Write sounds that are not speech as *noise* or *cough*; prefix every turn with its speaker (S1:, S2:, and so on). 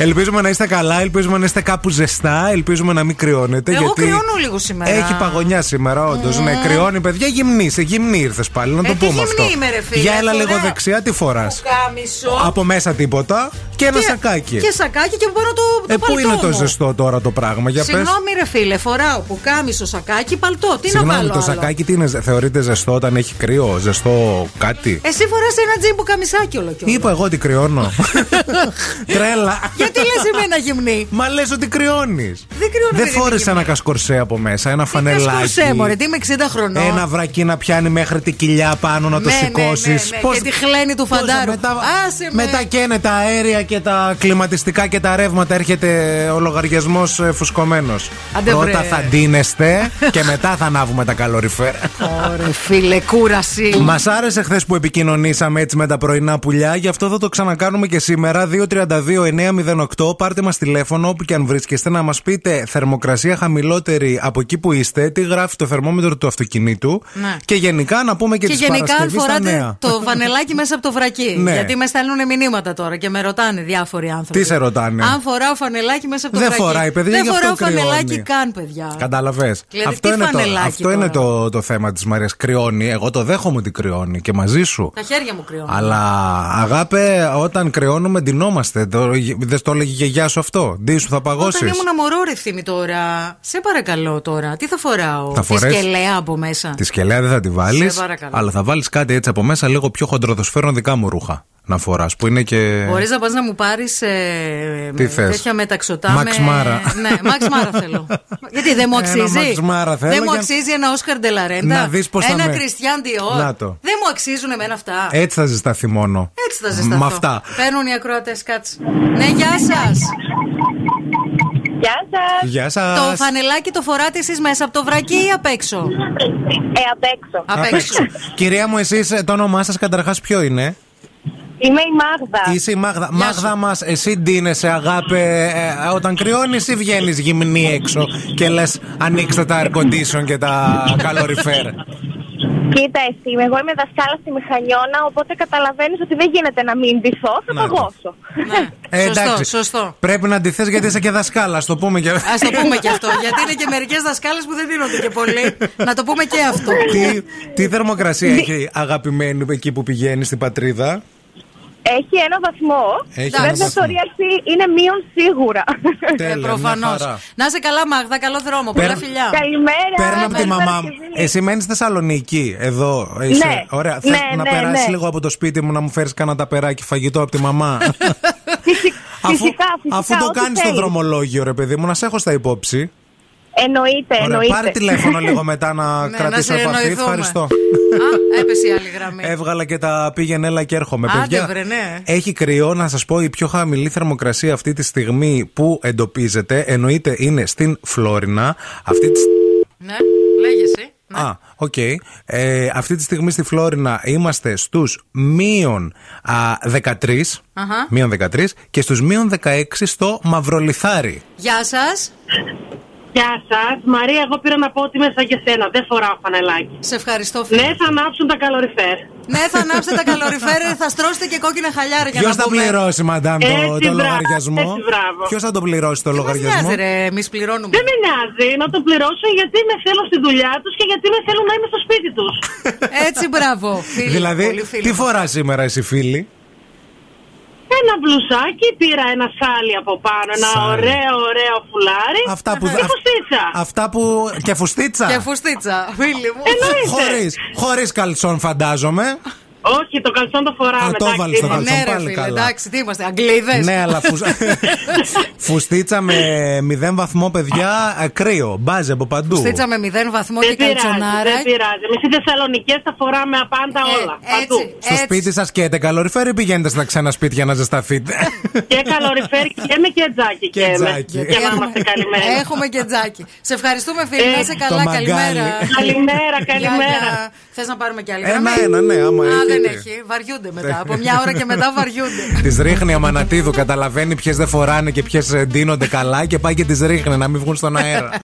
S1: Ελπίζουμε να είστε καλά, ελπίζουμε να είστε κάπου ζεστά, ελπίζουμε να μην κρυώνετε.
S2: Εγώ
S1: γιατί
S2: κρυώνω λίγο σήμερα.
S1: Έχει παγωνιά σήμερα, όντως. Ναι, κρυώνει, παιδιά, γυμνή. Σε γυμνή ήρθες πάλι, να
S2: Ε,
S1: το
S2: τι
S1: πούμε
S2: γυμνή
S1: αυτό.
S2: είμαι, ρε φίλε,
S1: Για έλα
S2: φοράω
S1: λίγο δεξιά, τι φοράς.
S2: Κάμισο.
S1: Από μέσα τίποτα και ένα
S2: Και-
S1: σακάκι.
S2: Και σακάκι και μπορώ το, το
S1: Ε, πού
S2: παλτό
S1: είναι το
S2: μου.
S1: ζεστό τώρα το πράγμα, για πες.
S2: Συγγνώμη, ρε φίλε, φοράω που κάμισο σακάκι, παλτό. Τι να
S1: Συγγνώμη,
S2: βάλω.
S1: το
S2: άλλο?
S1: σακάκι τι είναι, θεωρείται ζεστό όταν έχει κρύο, ζεστό κάτι.
S2: Εσύ φοράς ένα τζίμπου καμισάκι όλο και όλο.
S1: Είπα εγώ ότι
S2: *laughs*
S1: κρυώνω. Τρέλα.
S2: Γιατί λες εμένα γυμνή.
S1: Μα λες ότι κρυώνεις.
S2: Δεν κρυώνω,
S1: Δεν
S2: παιδί μου,
S1: φόρεσε
S2: γυμνή.
S1: ένα κασκορσέ από μέσα, ένα *laughs*
S2: Τι
S1: φανελάκι.
S2: κασκοσέ, μωρέ, τι είμαι 60 χρονών.
S1: Ένα βρακί να πιάνει μέχρι την κοιλιά πάνω να το
S2: Ναι, ναι,
S1: σηκώσεις.
S2: ναι, ναι. Και τη χλένη του φαντάρου.
S1: Μετά,
S2: Άσε με.
S1: μετά καίνε τα αέρια και τα κλιματιστικά και τα ρεύματα. Έρχεται ο λογαριασμός φουσκωμένος.
S2: Άντε, βρε.
S1: Πρώτα θα ντύνεστε και μετά θα ανάβουμε τα καλοριφέρα.
S2: Ωρε φίλε, κούραση.
S1: Μας άρεσε χθες που επικοινωνήσαμε έτσι με τα πρωινά πουλιά, γι' αυτό θα το ξανακάνουμε και σήμερα. 232-908, πάρτε μας τηλέφωνο όπου και αν βρίσκεστε να μας πείτε θερμοκρασία χαμηλότερη από εκεί που είστε, τι γράφει το θερμόμετρο του αυτοκινήτου
S2: Ναι.
S1: και γενικά να πούμε και,
S2: Και
S1: τις
S2: γενικά, αν
S1: Παρασκευής τα
S2: φοράτε
S1: νέα.
S2: το βανελάκι μέσα από το βρακί.
S1: *laughs* Ναι.
S2: Γιατί με στέλνουν μηνύματα τώρα και με ρωτάνε διάφοροι άνθρωποι.
S1: Τι σε ρωτάνε?
S2: Αν φοράω φανελάκι μέσα από το
S1: Δεν
S2: βρακί.
S1: φοράει, παιδιά,
S2: Δεν
S1: γι' αυτό
S2: φοράω
S1: κρυώνει.
S2: φανελάκι καν, παιδιά.
S1: Κατάλαβες.
S2: Δηλαδή,
S1: αυτό
S2: τι
S1: είναι, το,
S2: φανελάκι
S1: αυτό
S2: τώρα.
S1: είναι το, το θέμα της Μαρίας. Κρυώνει. Εγώ το δέχομαι ότι κρυώνει και μαζί σου.
S2: Τα χέρια μου κρυώνουν.
S1: Αλλά αγάπε, όταν κρυώνουμε, ντυνόμαστε. Το- Δεν το έλεγε η γιαγιά σου αυτό. Ντύ σου θα παγώσεις.
S2: Όταν ήμουν μωρό ρε ευθύμη τώρα, σε παρακαλώ τώρα, τι θα φοράω,
S1: Θα
S2: τη
S1: φορές-
S2: σκελέα από μέσα.
S1: Τη σκελέα δεν θα τη βάλει.
S2: Σε παρακαλώ.
S1: Αλλά θα βάλεις κάτι έτσι από μέσα, λίγο πιο χοντροδοσφαίρον δικά μου ρούχα. Να φοράς που είναι και.
S2: Μπορείς να πας να μου πάρεις
S1: Ε, Τι θες?
S2: τέτοια μεταξωτά.
S1: Μαξ
S2: με-
S1: Μάρα.
S2: Ναι, Μαξ Μάρα
S1: *laughs*
S2: θέλω. Γιατί δεν μου
S1: Ε, Ένα
S2: αξίζει.
S1: Μαξ Μάρα θέλω
S2: δεν μου
S1: και-
S2: αξίζει ένα Όσκαρ Ντελαρέντα.
S1: Να δεις πώς θα
S2: Ένα
S1: με-
S2: Κριστιαν Dior.
S1: Να το.
S2: Δεν μου αξίζουν εμένα αυτά.
S1: Έτσι θα ζεσταθεί μόνο.
S2: Έτσι θα ζεσταθώ.
S1: Με αυτά.
S2: Παίρνουν οι ακροατές, κάτσε. Ναι, γεια σας.
S3: Γεια σας.
S1: Γεια σας.
S2: Το φανελάκι το φοράτε εσείς μέσα από το βρακί ή απ' έξω.
S3: Ε, απ' έξω.
S2: Απ' έξω.
S1: Κυρία μου, εσείς το όνομά σας καταρχάς ποιο είναι.
S3: Είμαι η Μάγδα.
S1: Είσαι η Μάγδα.
S2: Γεια
S1: Μάγδα μας, εσύ ντύνεσαι, αγάπε. ε, όταν κρυώνεις ή βγαίνεις γυμνή έξω και λες ανοίξτε τα air condition και τα καλοριφέρ.
S3: Κοίτα εσύ, εγώ είμαι δασκάλα στη μηχανιώνα, οπότε καταλαβαίνεις ότι δεν γίνεται να μην ντυθώ, θα
S1: Να το.
S3: παγώσω.
S2: Ναι.
S1: Ε,
S2: σωστό,
S1: εντάξει.
S2: σωστό.
S1: Πρέπει να αντιθέσει γιατί είσαι και δασκάλα, ας το πούμε και.
S2: Ας το πούμε και αυτό. Γιατί είναι και μερικές δασκάλες που δεν δίνονται και πολύ. Να το πούμε και αυτό.
S1: τι, τι θερμοκρασία έχει αγαπημένη εκεί που πηγαίνεις στην πατρίδα.
S3: *laughs* Έχει ένα βαθμό.
S1: Έχει
S2: ένα
S3: Βέβαια στο
S1: βαθμό.
S3: Real Seal είναι μείον σίγουρα.
S1: Τέλεια, μια
S2: Προφανώς.
S1: χαρά.
S2: Ε, Να είσαι καλά, Μάγδα. Καλό δρόμο. Πολλά
S1: Παίρν-
S2: φιλιά.
S3: *laughs* Καλημέρα.
S1: Παίρνω από τη
S3: καλή
S1: μαμά μου.
S3: Παρασκευή.
S1: Εσύ μένεις στη Θεσσαλονίκη, εδώ. Είσαι.
S3: Ναι.
S1: Ωραία.
S3: Ναι,
S1: Θε να
S3: ναι,
S1: περάσει
S3: ναι.
S1: λίγο από το σπίτι μου να μου φέρεις κανένα ταπεράκι φαγητό από τη
S3: *laughs*
S1: μαμά.
S3: Φυσι-
S1: αφού,
S3: φυσικά, φυσικά,
S1: αφού το
S3: ό,τι
S1: κάνεις το
S3: θέλεις.
S1: δρομολόγιο, ρε παιδί μου, να σε έχω στα υπόψη.
S3: Εννοείται, εννοείται.
S1: πάρε τηλέφωνο λίγο μετά να
S2: Ναι,
S1: κρατήσω
S2: να
S1: επαφή.
S2: συνεννοηθούμε.
S1: Ευχαριστώ. Ε-
S2: Α, έπεσε η άλλη γραμμή.
S1: Έβγαλα και τα πήγαινε, έλα και έρχομαι,
S2: Άντε,
S1: παιδιά.
S2: βρε, ναι.
S1: Έχει κρυό, να σας πω η πιο χαμηλή θερμοκρασία αυτή τη στιγμή που εντοπίζεται, εννοείται είναι στην Φλόρινα. Αυτή τη,
S2: Ναι, λέγε εσύ. Ναι.
S1: Α, οκ. Ε, αυτή τη στιγμή στη Φλόρινα είμαστε στους μείον α, 13,
S2: Αχα.
S1: μείον 13 και στους μείον 16 στο Μαυρολιθάρι.
S2: Γεια σας.
S4: Γεια σας. Μαρία, εγώ πήρα να πω ότι είμαι σαν και σένα. Δεν φοράω φανελάκι.
S2: Σε ευχαριστώ, φίλε.
S4: Ναι, θα ανάψουν τα καλοριφέρ.
S2: Ναι, θα ανάψετε τα καλοριφέρε, θα στρώσετε και κόκκινα χαλιάρια για
S1: Ποιος
S2: να
S1: θα
S2: πούμε.
S1: πληρώσει, μαντάμ, το,
S4: Έτσι,
S1: το
S4: μπράβο,
S1: λογαριασμό.
S4: έτσι, μπράβο.
S1: Ποιος θα τον πληρώσει το
S2: Τι μας
S1: λογαριασμό.
S2: νοιάζει, ρε, εμείς πληρώνουμε.
S4: Δεν με νοιάζει να το πληρώσω γιατί με θέλω στη δουλειά τους και γιατί με θέλουν να είμαι στο σπίτι τους.
S1: *laughs*
S2: Έτσι, μπράβο. Φίλοι,
S1: δηλαδή,
S2: πολύ φίλοι
S1: τι
S2: μας.
S1: φοράς σήμερα εσύ, φίλοι.
S4: ένα μπλουσάκι, πήρα ένα σάλι από πάνω, ένα
S1: Σάλι.
S4: ωραίο, ωραίο φουλάρι.
S1: Αυτά που.
S4: Και φουστίτσα.
S1: Αυτά που. Και φουστίτσα.
S2: Και φουστίτσα, φίλοι μου.
S4: Εννοείται.
S1: Χωρίς χωρίς καλσόν, φαντάζομαι.
S4: Όχι, το καλσόν το
S1: Α,
S4: φοράμε.
S1: το
S4: εντάξει,
S1: βάλεις το
S4: είπαμε.
S1: καλσόν.
S2: Ναι, ρε
S1: πάλι
S2: φίλε,
S1: καλά.
S2: εντάξει, τι είμαστε, Αγγλίδες.
S1: ναι, αλλά φουσ...
S2: *laughs*
S1: φουστίτσα με 0 βαθμό, παιδιά. ε, Κρύο. Μπάζε από παντού.
S2: Φουστίτσα με μηδέν βαθμό
S4: Δεν
S2: και
S4: πειράζει,
S2: καλτσονάρα.
S4: δεν πειράζει. Εμείς οι Θεσσαλονικές τα φοράμε απάντα
S2: Ε,
S4: όλα.
S2: έτσι,
S4: Παντού.
S1: Στο
S2: έτσι.
S1: σπίτι σας καίτε καλοριφέρ ή πηγαίνετε στα ξένα σπίτια να ζεσταθείτε.
S4: και
S1: *laughs*
S4: καλοριφέρ και με και τζάκι.
S1: Και
S4: Και, με.
S1: τζάκι.
S4: Για να είμαστε καλυμμένοι.
S2: Ε, Έχουμε και τζάκι. Σε ευχαριστούμε, φίλε.
S4: Ε,
S2: Να είσαι
S1: το
S2: καλά.
S1: μαγκάλι.
S2: Καλημέρα.
S4: Καλημέρα, καλημέρα.
S2: Θες να πάρουμε κι άλλη γραμμή.
S1: Ένα-ένα, ναι, άμα
S2: Α, δεν
S1: έχετε.
S2: έχει. Βαριούνται μετά. Από μια ώρα και μετά βαριούνται.
S1: Τη ρίχνει η ε, Αμανατίδου, καταλαβαίνει ποιες δεν φοράνε και ποιες ντύνονται καλά και πάει και τις ρίχνει να μην βγουν στον αέρα.